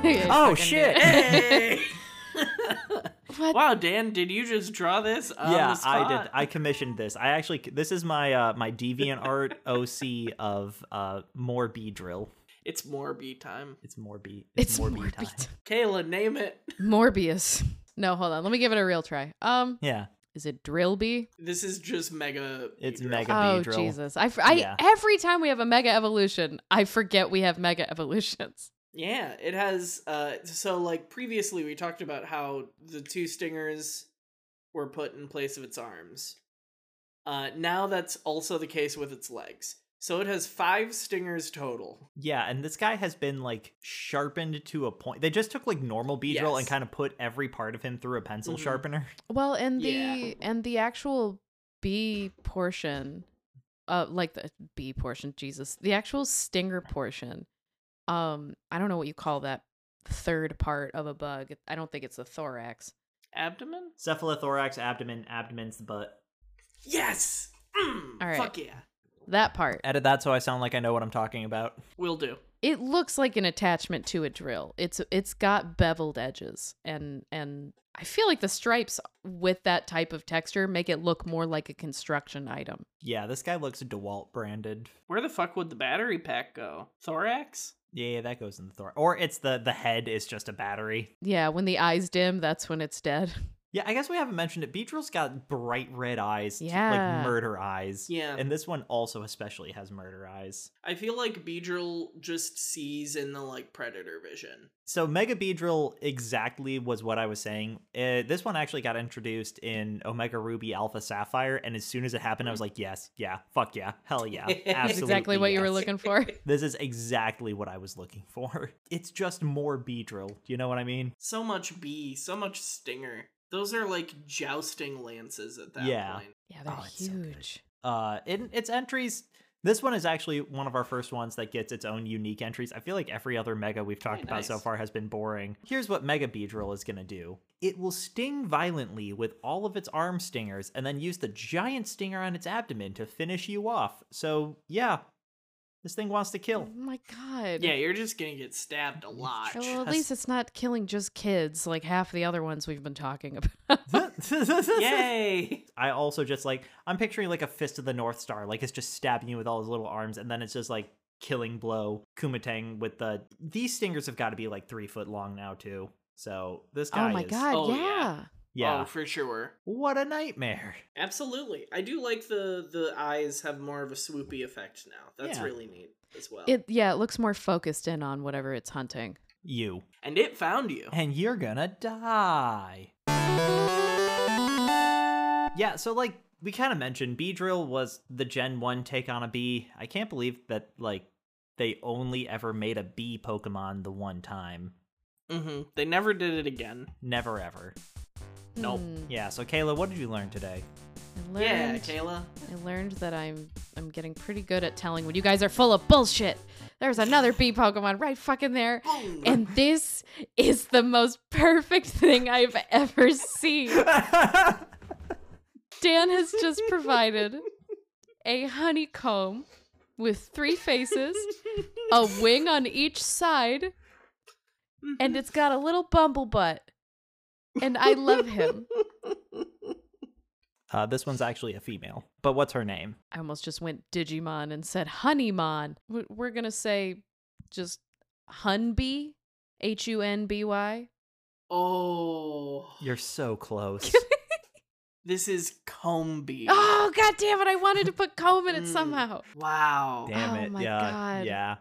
Yeah, you
Oh,
fucking
shit.
did.
[LAUGHS]
Hey!
What?
wow, Dan, did you just draw this? On
yeah,
the spot?
I did. I commissioned this. I actually this is my uh my deviant art OC of uh more Beedrill.
It's more B time.
It's more B.
It's
more
Morbi-
time.
Kayla, name it. [LAUGHS]
Morbius. No, hold on. Let me give it a real try. Um,
[LAUGHS] Yeah,
is it Drillby?
This is just mega.
it's
Beedrill.
mega
Oh
Beedrill.
Jesus! I, f- I-
Yeah.
every time we have a mega evolution, I forget we have mega evolutions.
Yeah, it has. Uh, so like previously, we talked about how the two stingers were put in place of its arms. Uh, now that's also the case with its legs. So it has five stingers total.
Yeah, and this guy has been like sharpened to a point. They just took like normal Beedrill and
Yes.
kind of put every part of him through a pencil
Mhm.
sharpener. [LAUGHS]
Well, and the
Yeah.
and the actual B portion, uh, like the B portion, Jesus, the actual stinger portion. Um, I don't know what you call that third part of a bug. I don't think it's the thorax.
Abdomen?
Cephalothorax, abdomen, abdomen's the butt.
Yes. Mm,
All right.
Fuck yeah.
That part.
Edit that so I sound like I know what I'm talking about.
Will do.
It looks like an attachment to a drill. It's it's got beveled edges and and I feel like the stripes with that type of texture make it look more like a construction item.
Yeah, this guy looks DeWalt branded.
Where the fuck would the battery pack go? Thorax?
Yeah, yeah, that goes in the thor. Or it's the the head is just a battery.
Yeah, when the eyes dim, that's when it's dead. [LAUGHS]
Yeah, I guess we haven't mentioned it. Beedrill's got bright red eyes, t-
Yeah.
like murder eyes.
Yeah.
and this one also especially has murder eyes.
I feel like Beedrill just sees in the like predator vision.
So Mega Beedrill exactly was what I was saying. Uh, this one actually got introduced in Omega Ruby Alpha Sapphire, and as soon as it happened, I was like, yes, yeah, fuck yeah, hell yeah, absolutely.
Hmm. [LAUGHS] That's
That's exactly what you were
yes.
looking
[LAUGHS]
for.
This is exactly what I was looking for. [LAUGHS] It's just more Beedrill. Do you know what I mean?
So much bee, so much stinger. Those are like jousting lances at that
Yeah.
point.
Yeah, they're
Oh, it's so good.
huge.
Uh, in its entries, this one is actually one of our first ones that gets its own unique entries. I feel like every other mega we've talked
Very
about so
nice.
far has been boring. Here's what Mega Beedrill is gonna do. It will sting violently with all of its arm stingers and then use the giant stinger on its abdomen to finish you off. So yeah, this thing wants to kill.
[LAUGHS]
[LAUGHS]
Oh my god.
Yeah, you're just gonna get stabbed a lot.
Oh, [LAUGHS] Well, at least it's not killing just kids like half the other ones we've been talking [LAUGHS] about.
[LAUGHS] Yay!
I also just like I'm picturing like a fist of the North Star, like it's just stabbing you with all his little arms, and then it's just like killing blow Kumatang with the these stingers have got to be like three foot long now too. So this
oh
guy,
my
is-
god,
Oh,
yeah.
yeah.
yeah,
Oh, for sure.
what a nightmare. [LAUGHS]
Absolutely. I do like the the eyes have more of a swoopy effect now. That's
Yeah.
really neat as well.
It yeah, it looks more focused in on whatever it's hunting.
You
and it found you.
and you're gonna die. Yeah, so like we kind of mentioned, B drill was the Gen One take on a bee. I can't believe that like they only ever made a bee Pokemon the one time.
hmm They never did it again.
Never ever.
Nope.
Hmm. [LAUGHS]
Yeah, so Kayla, what did you learn today?
I
Yeah,
Hmm, learned,
Kayla.
I learned that I'm I'm getting pretty good at telling when you guys are full of bullshit. There's another bee Pokemon right fucking there.
Boom.
And this is the most perfect thing I've ever seen. Dan has just provided a honeycomb with
[LAUGHS]
three faces, a wing on each side, and it's got a little bumble butt. And I love him.
uh, this one's actually a female, but what's her name?
I almost just went Digimon and said Honeymon. We- We're going to say just Hunby, H U N B Y.
[LAUGHS] Oh,
You're so close.
this is
[GASPS]
Combi.
Ah!
Oh, god damn it. I wanted to put comb in it
Mm.
somehow.
Wow.
Damn
Oh
it.
my
yeah.
God.
Yeah.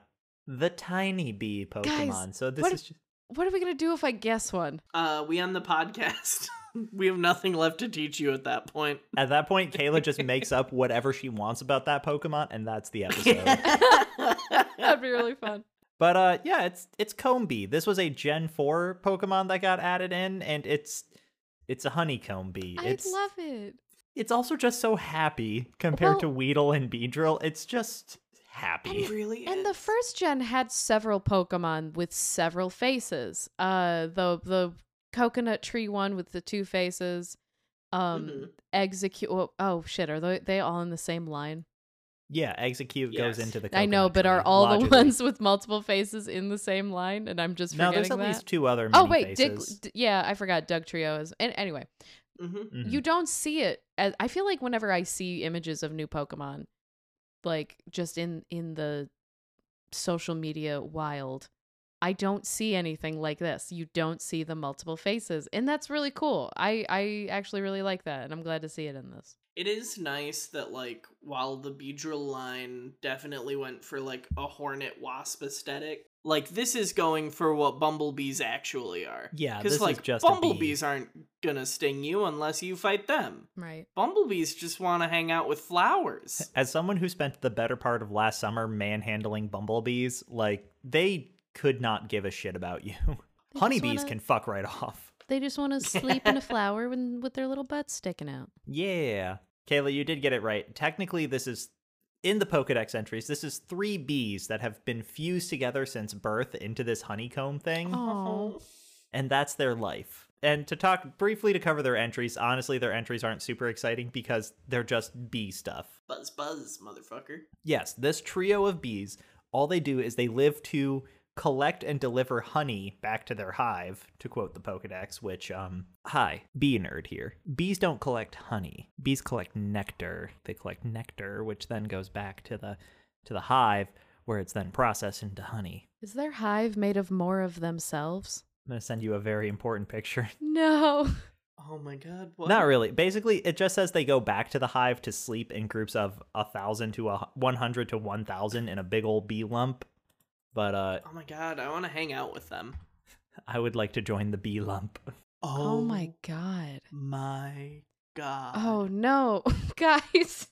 The tiny bee Pokemon. so this
what-
is just
What are we going to do if I guess one?
Uh, we on the podcast. [LAUGHS] we have nothing left to teach you at that point.
at that point, Kayla just makes up whatever she wants about that Pokemon, and that's
[LAUGHS]
the episode.
[LAUGHS]
That'd be really fun.
but uh yeah, it's it's Combee. This was a Gen 4 Pokemon that got added in, and it's it's a honeycomb bee.
I
It's
love it.
it's also just so happy compared
Well-
to Weedle and Beedrill. It's just happy.
It really
And the
is.
first gen had several Pokemon with several faces. Uh, the the coconut tree one with the two faces. Um,
Mhm.
execute. Oh, oh, shit! Are they they all in the same line?
Yeah, execute goes
Yes.
into the.
I know,
coconut
but are
tree,
all the
logically.
ones [LAUGHS] with multiple faces in the same line? And I'm just
No,
forgetting
there's at
that.
least two other.
oh
mini
wait, Dick,
faces.
D- yeah, I forgot Doug Trio is. And anyway,
Mhm.
Mhm.
you don't see it as i feel like whenever i see images of new pokemon like just in in the social media wild i don't see anything like this you don't see the multiple faces and that's really cool i i actually really like that and i'm glad to see it in this
It is nice that like while the Beedrill line definitely went for like a hornet wasp aesthetic, like this is going for what bumblebees actually are.
Yeah, this
Because
is
like
just a bee.
bumblebees aren't gonna sting you unless you fight them.
right
Bumblebees just want to hang out with flowers.
As someone who spent the better part of last summer manhandling bumblebees, like they could not give a shit about you. [LAUGHS]
just
Honeybees
wanna-
can fuck right off.
they just
[LAUGHS]
want to sleep in a flower when, with their little butts sticking out
Yeah. Kayla, you did get it right. Technically, this is in the Pokedex entries. This is three bees that have been fused together since birth into this honeycomb thing.
oh
Uh-huh.
and that's their life. And to talk briefly to cover their entries, honestly, their entries aren't super exciting because they're just bee stuff.
Buzz buzz, motherfucker.
Yes, this trio of bees, all they do is they live to collect and deliver honey back to their hive, to quote the Pokedex, which, um, hi, bee nerd here. Bees don't collect honey. Bees collect nectar. They collect nectar, which then goes back to the to the hive where it's then processed into honey.
is their hive made of more of themselves
I'm gonna send you a very important [LAUGHS] picture. [LAUGHS]
no
Oh my god, what?
Not really. Basically, it just says they go back to the hive to sleep in groups of a thousand to a one hundred to one thousand in a big old bee lump. But uh,
Oh my god, I want to hang out with them.
I would like to join the bee lump.
oh, my god
Oh my god.
oh no [LAUGHS] guys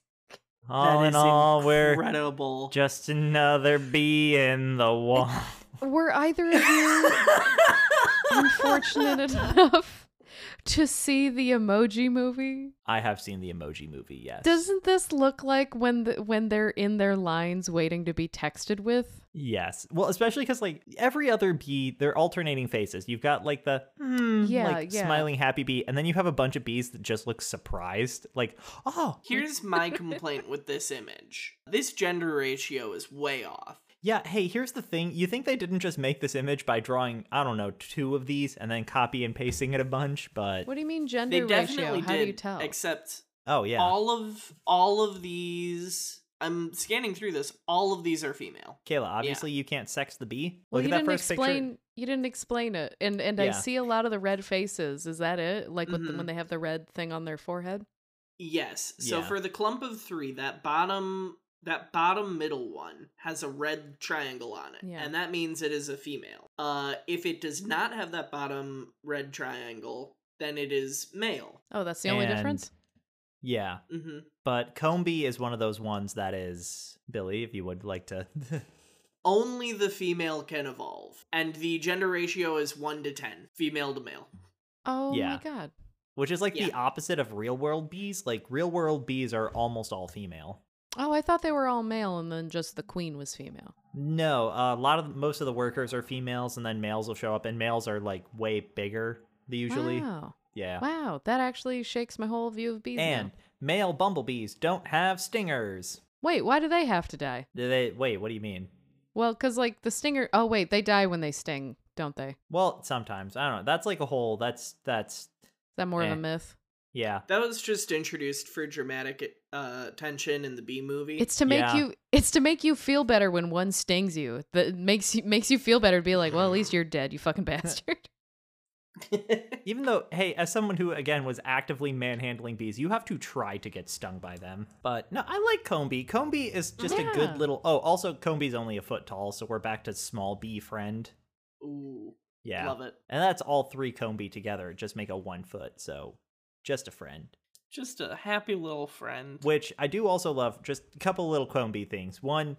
All
That
in
is
all, we're
incredible. [LAUGHS]
just another bee in the wall.
Were either of you unfortunate enough to see the emoji movie?
[LAUGHS] I have seen the Emoji Movie. Yes.
Doesn't this look like when the, when they're in their lines waiting to be texted with?
Yes. Well, especially because like every other bee, they're alternating faces. You've got like the hmm,
Yeah,
like
yeah.
smiling happy bee, and then you have a bunch of bees that just look surprised, like oh
[LAUGHS] Here's my complaint with this image. This gender ratio is way off.
Yeah, hey, here's the thing. You think they didn't just make this image by drawing, I don't know, two of these and then copy and pasting it a bunch, but
What do you mean
They
gender ratio?
definitely
How
did,
do you tell?
except
oh yeah.
all of all of these. I'm scanning through this. All of these are female.
Kayla, obviously you can't sex the bee.
well,
Look
you
at that
didn't
first
explain.
picture.
You didn't explain it, and and I
Yeah. Mm-hmm.
see a lot of the red faces. Is that it? Like with the,
Mhm.
when they have the red thing on their forehead?
Yes. So
Yeah.
for the clump of three, that bottom that bottom middle one has a red triangle on it,
Yeah.
and that means it is a female. Uh, if it does not have that bottom red triangle, then it is male.
Oh, that's the only
And-
difference.
Yeah.
hmm
But Combi is one of those ones that is Billy, if you would like to [LAUGHS]
Only the female can evolve, and the gender ratio is one to ten, female to male.
Oh
Yeah.
my god.
which is like the
Yeah.
opposite of real world bees. Like real world bees are almost all female.
Oh, I thought they were all male and then just the queen was female.
No, a lot of most of the workers are females, and then males will show up, and males are like way bigger usually.
Wow.
Yeah,
Wow. That actually shakes my whole view of bees. now.
and male bumblebees don't have stingers.
wait, why do they have to die?
Do They wait. What do you mean?
Well, because like the stinger. Oh, wait, they die when they sting, don't they? Is
Well, sometimes I don't know. That's like a whole. That's that's
that more
Eh.
of a myth?
yeah.
That was just introduced for dramatic uh, tension in the B movie.
It's to make
Yeah.
you. It's to make you feel better when one stings you. That makes you makes you feel better to be like, well, at least you're dead, you fucking [LAUGHS] bastard.
Even though, hey, as someone who again was actively manhandling bees, you have to try to get stung by them. But no, I like combi. Combi is just a
Yeah.
good little. Oh, also combi's only a foot tall, so we're back to small bee friend.
[LAUGHS] Ooh,
Yeah,
love it.
and that's all three combi together. Just make a one foot, so just a friend.
Just a happy little friend.
Which I do also love. Just a couple little combi things. One,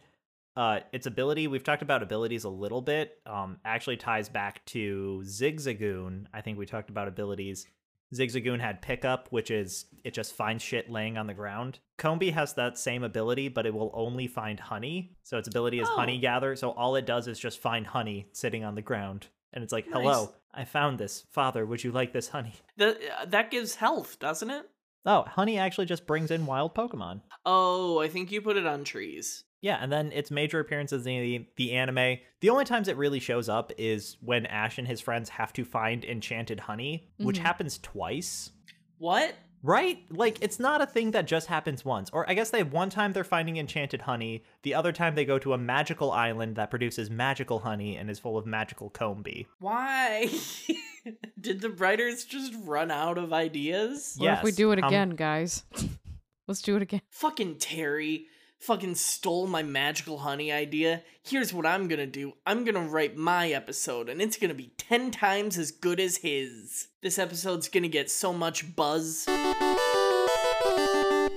uh, its ability. We've talked about abilities a little bit. Um, actually ties back to Zigzagoon. I think we talked about abilities. Zigzagoon had pickup, which is it just finds shit laying on the ground. Combi has that same ability, but it will only find honey. So its ability is
Oh.
honey gather. So all it does is just find honey sitting on the ground, and it's like,
Nice.
"Hello, I found this. Father, would you like this honey?" [LAUGHS]
That uh, that gives health, doesn't it?
Oh, honey actually just brings in wild Pokemon.
Oh, I think you put it on trees.
Yeah, and then its major appearances in the, the anime. The only times it really shows up is when Ash and his friends have to find enchanted honey, which
Mhm.
happens twice.
What?
Right? Like it's not a thing that just happens once. Or I guess they one time they're finding enchanted honey, the other time they go to a magical island that produces magical honey and is full of magical combi.
Why? [LAUGHS] Did the writers just run out of ideas?
What if we
[LAUGHS] Yes,
do it
um,
again, guys? [LAUGHS] Let's do it again.
Fucking Terry fucking stole my magical honey idea. Here's what I'm gonna do I'm gonna write my episode, and it's gonna be 10 times as good as his. This episode's gonna get so much buzz.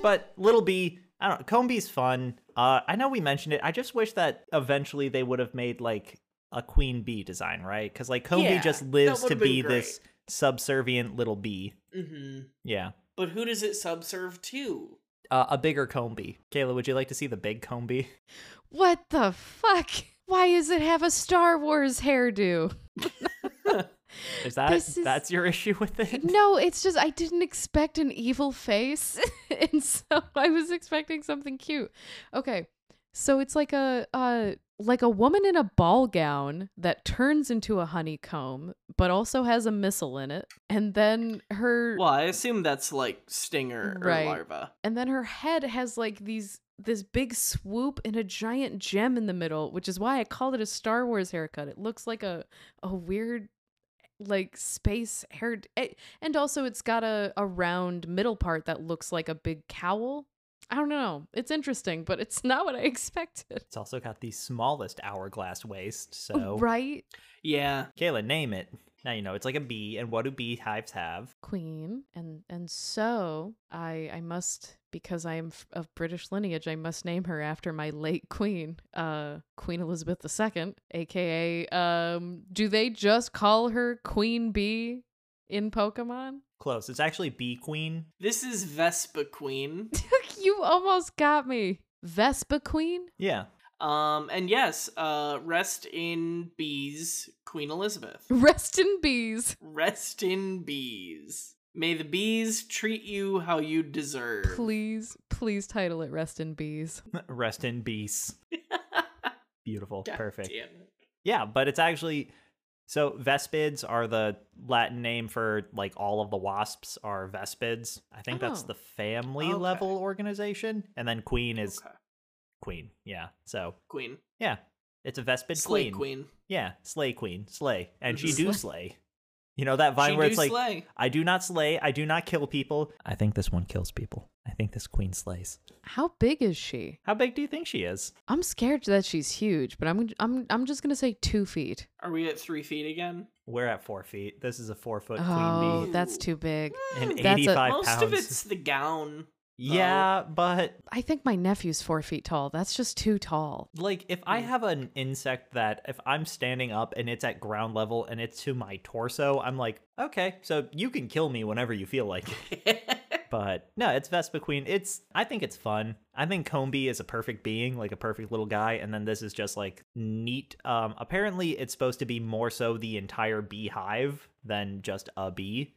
But Little B, I don't Combi's fun. Uh I know we mentioned it. I just wish that eventually they would have made like a queen bee design, right? Cuz like Combi
Yeah,
just
that
lives to
would've been
be this subservient little bee.
Mm-hmm.
Yeah.
But who does it subserve to?
Uh, a bigger combi. Kayla, would you like to see the big combi?
What the fuck? Why does it have a Star Wars hairdo?
Is that
This is-
that's your issue with it?
No, it's just I didn't expect an evil face, [LAUGHS] and so I was expecting something cute. Okay, so it's like a uh like a woman in a ball gown that turns into a honeycomb, but also has a missile in it, and then her
Well, I assume that's like stinger or
Right.
larva.
and then her head has like these this big swoop and a giant gem in the middle, which is why I called it a Star Wars haircut. It looks like a a weird like space hair eh, and also it's got a, a round middle part that looks like a big cowl. I don't know. It's interesting, but it's [LAUGHS] not what I expected.
It's also got the smallest hourglass waist, so
Oh, Right?
Yeah.
Kayla, name it. Now you know it's like a bee, and what do beehives have?
Queen and and so I I must because I am f- of British lineage I must name her after my late queen uh Queen Elizabeth II aka um do they just call her Queen Bee in Pokemon [LAUGHS]
Close. It's actually bee queen.
This is Vespa Queen.
You almost got me Vespa Queen
Yeah.
Um, and yes, uh, rest in bees, Queen Elizabeth.
rest in bees
Rest in bees. May the bees treat you how you deserve.
please please title it rest in bees
Rest in
[LAUGHS]
peace. Beautiful.
God
Perfect.
damn it.
Yeah, but it's actually so vespids are the Latin name for like all of the wasps are vespids. I think that's
Oh.
the family
Okay.
level organization, and then queen is
Okay.
queen. Yeah, so
Queen.
yeah, it's a vespid
Slay
queen.
queen.
Yeah, slay queen, slay,
[LAUGHS]
and she
Mhm.
do slay. You know that vine
She
where
do
it's like
slay.
I do not slay, I do not kill people. I think this one kills people. I think this queen slays.
how big is she
How big do you think she is?
I'm scared that she's huge but I'm I'm I'm just gonna say two feet
Are we at three feet again?
We're at four feet. This is a four foot queen
oh
bee
that's
Ooh.
too big
and
[GASPS] That's a-
eighty five
Hmm. Most
pounds.
of it's the gown.
[LAUGHS]
oh.
Yeah, but
I think my nephew's four feet tall. That's just too tall.
like if
Mm.
I have an insect that if I'm standing up and it's at ground level and it's to my torso, I'm like, okay, so you can kill me whenever you feel like it. But no, it's Vespa Queen. It's I think it's fun. I think Combi is a perfect being, like a perfect little guy, and then this is just like neat. Um apparently it's supposed to be more so the entire beehive than just a
Oh,
bee.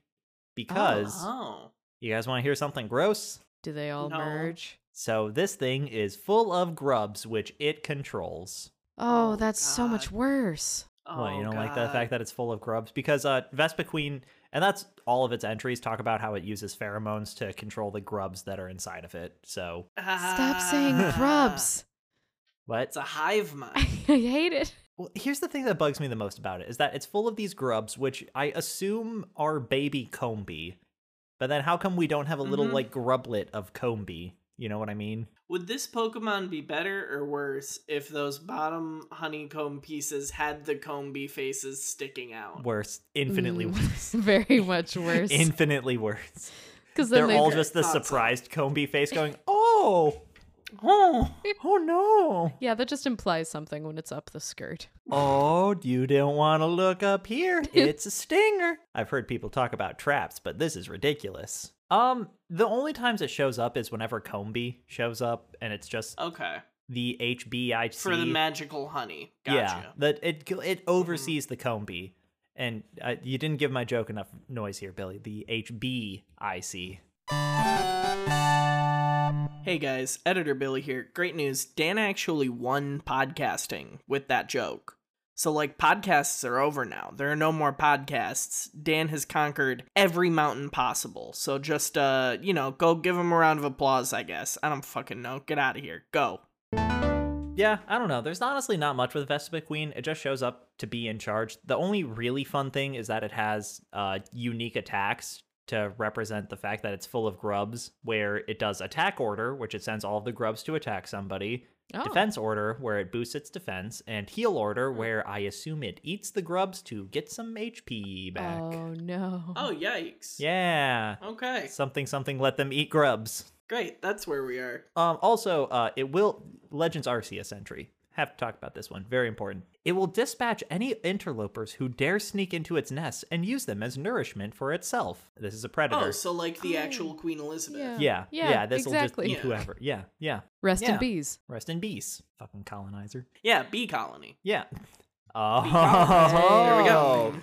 Because
uh-huh.
oh.
you guys want to hear something gross?
Do they all
No.
merge?
So this thing is full of grubs which it controls.
Oh,
Oh,
that's so much
God.
worse.
Oh,
Well, you don't like the
God.
fact that it's full of grubs because uh, Vespa Queen, and that's all of its entries talk about how it uses pheromones to control the grubs that are inside of it. So
Stop
[LAUGHS]
saying
Ah.
grubs. [LAUGHS]
what?
It's a hive
I
mind.
hate it.
Well, here's the thing that bugs me the most about it is that it's full of these grubs, which I assume are baby combi. But then how come we don't have a little
Mhm.
like grublet of combi? You know what I mean?
Would this Pokemon be better or worse if those bottom honeycomb pieces had the combi faces sticking out?
Worse, infinitely
Mm, [LAUGHS]
worse,
Very
[LAUGHS]
much worse.
infinitely worse.
Because then
They're
they
all just the
Thought so.
surprised combi face going, "Oh,
Oh,
oh no."
yeah, that just implies something when it's up the skirt.
Oh, you don't want to look up here. It's a stinger. I've heard people talk about traps, but this is ridiculous. Um, the only times it shows up is whenever Combi shows up, and it's just
okay.
the HBIC.
Oh. For the magical honey. Gotcha. Mm-hmm.
Yeah, that it go- it oversees the Combi, and uh, you didn't give my joke enough noise here, Billy. The HBIC.
Hey guys, editor Billy here. Great news. Dan actually won podcasting with that joke. So, like, podcasts are over now. There are no more podcasts. Dan has conquered every mountain possible. So, just, uh, you know, go give him a round of applause, I guess. I don't fucking know. Get out of here. Go.
Yeah, I don't know. There's honestly not much with Vespa Queen. It just shows up to be in charge. The only really fun thing is that it has uh, unique attacks to represent the fact that it's full of grubs, where it does attack order, which it sends all of the grubs to attack somebody,
Oh.
defense order, where it boosts its defense, and heal order, where I assume it eats the grubs to get some HP back.
Oh no.
Oh, yikes.
Yeah.
Okay.
Something, something, let them eat grubs.
Great. That's where we are.
Um, also, uh, it will Legends Arceus entry. Have to talk about this one. Very important. It will dispatch any interlopers who dare sneak into its nest and use them as nourishment for itself. This is a predator.
Oh, so like the
Oh.
actual Queen Elizabeth.
Yeah.
yeah, yeah,
Yeah,
This will
exactly.
just eat
[LAUGHS]
whoever. Yeah, yeah.
Rest in
Yeah.
bees.
Rest in peace, fucking colonizer.
Yeah, bee colony.
Yeah. Oh, [LAUGHS]
There we go.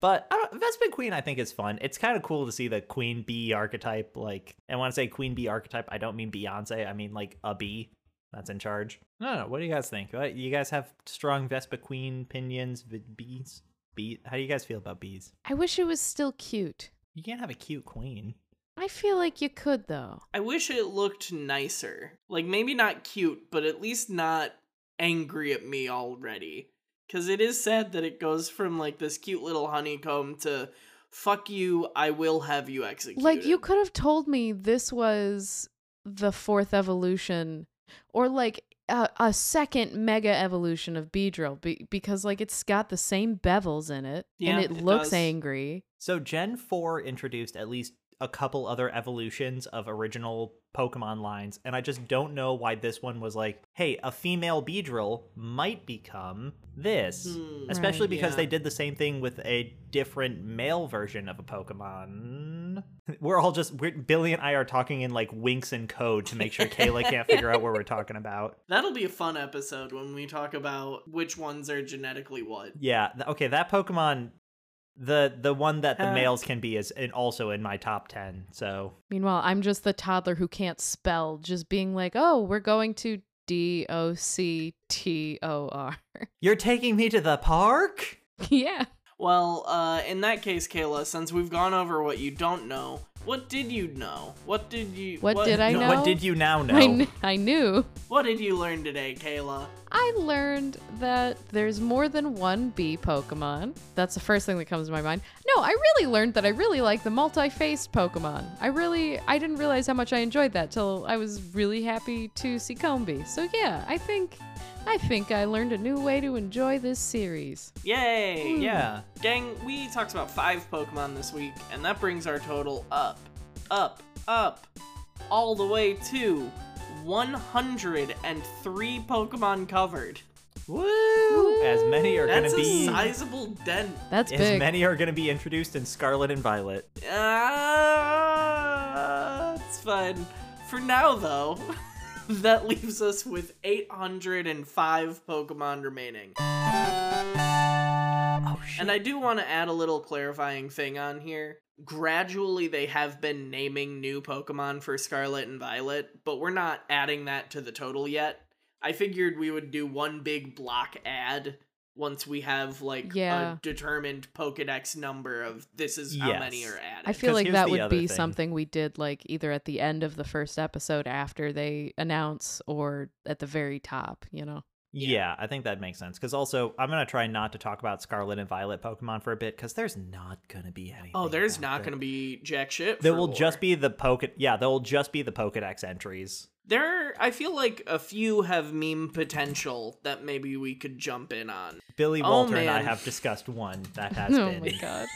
But I don't, Vespa Queen, I think, is fun. It's kind of cool to see the Queen Bee archetype. Like, and when I say Queen Bee archetype, I don't mean Beyonce. I mean like a bee that's in charge. I don't know. What do you guys think? What- You guys have strong Vespa Queen opinions with bees. Bee. How do you guys feel about bees?
I wish it was still cute.
You can't have a cute queen.
I feel like you could though.
I wish it looked nicer. Like maybe not cute, but at least not angry at me already. Cause it is sad that it goes from like this cute little honeycomb to fuck you, I will have you executed.
Like you could have told me this was the fourth evolution or like a, a second mega evolution of Beedrill be- because like it's got the same bevels in it
Yeah,
and it,
it
looks
does.
angry.
So Gen 4 introduced at least a couple other evolutions of original Pokemon lines, and I just don't know why this one was like, hey, a female Beedrill might become this.
Hmm.
Especially
Right.
because
Yeah.
they did the same thing with a different male version of a Pokemon. [LAUGHS] We're all just we're, Billy and I are talking in like winks and code to make
[LAUGHS]
sure Kayla can't figure out what we're talking about.
That'll be a fun episode when we talk about which ones are genetically what.
Yeah. th- Okay. That Pokemon, the the one that
Uh,
the
Huh.
males can be is in, also in my top ten. So
Meanwhile, I'm just the toddler who can't spell, just being like, "Oh, we're going to D O C T O R." [LAUGHS]
You're taking me to the park?
Yeah.
Well, uh, in that case, Kayla, since we've gone over what you don't know, what did you know? What did you?
What did I
no,
know?
What did you now
[LAUGHS]
know?
I, kn- I knew.
What did you learn today, Kayla?
I learned that there's more than one bee Pokemon. That's the first thing that comes to my mind. No, I really learned that I really like the multi-faced Pokemon. I really, I didn't realize how much I enjoyed that till I was really happy to see Combi. So yeah, I think, I think I learned a new way to enjoy this series.
Yay!
Hmm.
yeah.
Gang, we talked about five Pokemon this week, and that brings our total up, up, up, all the way to 103 Pokemon covered.
Woo! As many are going
That's
to
a
be
sizable dent.
That's
as
big.
many are going to be introduced in Scarlet and Violet.
Ah, it's fun. For now, though, [LAUGHS] that leaves us with 805 Pokemon remaining.
Oh shit.
And I do want to add a little clarifying thing on here. Gradually, they have been naming new Pokemon for Scarlet and Violet, but we're not adding that to the total yet. I figured we would do one big block ad once we have like
Yeah.
a determined Pokedex number of this is how many
Yes.
are added.
I feel
'Cause
like
here's
that
the
would
other
be
thing.
something we did like either at the end of the first episode after they announce or at the very top, you know.
Yeah.
Yeah. I think that makes sense. Because also, I'm gonna try not to talk about Scarlet and Violet Pokemon for a bit, because there's not gonna be any.
Oh, there's not going to be jack shit.
There
for
will just
lore.
be the poke. Yeah, there will just be the Pokedex entries.
There, I feel like a few have meme potential that maybe we could jump in on. [LAUGHS]
Billy
Oh,
Walter and I
man.
have discussed one
[LAUGHS]
that has
[LAUGHS] oh
been.
my god.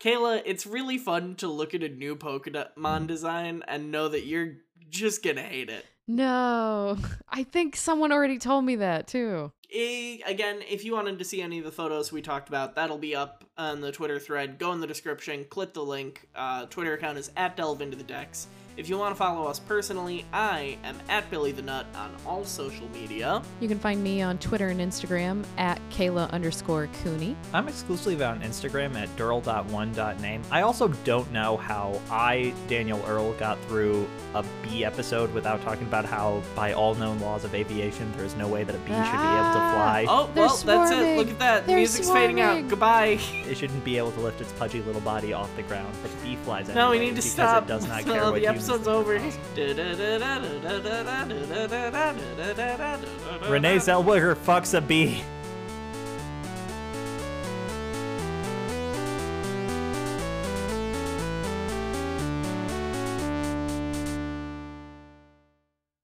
Kayla, it's really fun to look at a new
Mm-hmm.
Pokemon design and know that you're just gonna hate it.
No. [LAUGHS] I think someone already told me that too.
Eh, again, if you wanted to see any of the photos we talked about, that'll be up on the Twitter thread. Go in the description, click the link. Uh, Twitter account is at Delve Into the Decks. If you want to follow us personally, I am at Billy the Nut on all social media.
You can find me on Twitter and Instagram at Kayla underscore Cooney.
I'm exclusively on Instagram at Durl.1.name. I also don't know how I, Daniel Earl, got through a bee episode without talking about how, by all known laws of aviation, there's no way that a bee should be able to
Ah.
fly.
Oh,
They're
well, that's it. Look
swarming.
at that.
They're
Music's fading out.
swarming.
Goodbye.
It shouldn't be able to lift its pudgy little body off the ground, but the bee flies anyway
No, we need to
because
stop.
it
[LAUGHS]
does not
No,
care what
the
humans
episode's
think
over.
about it. Renee Zellweger fucks a bee.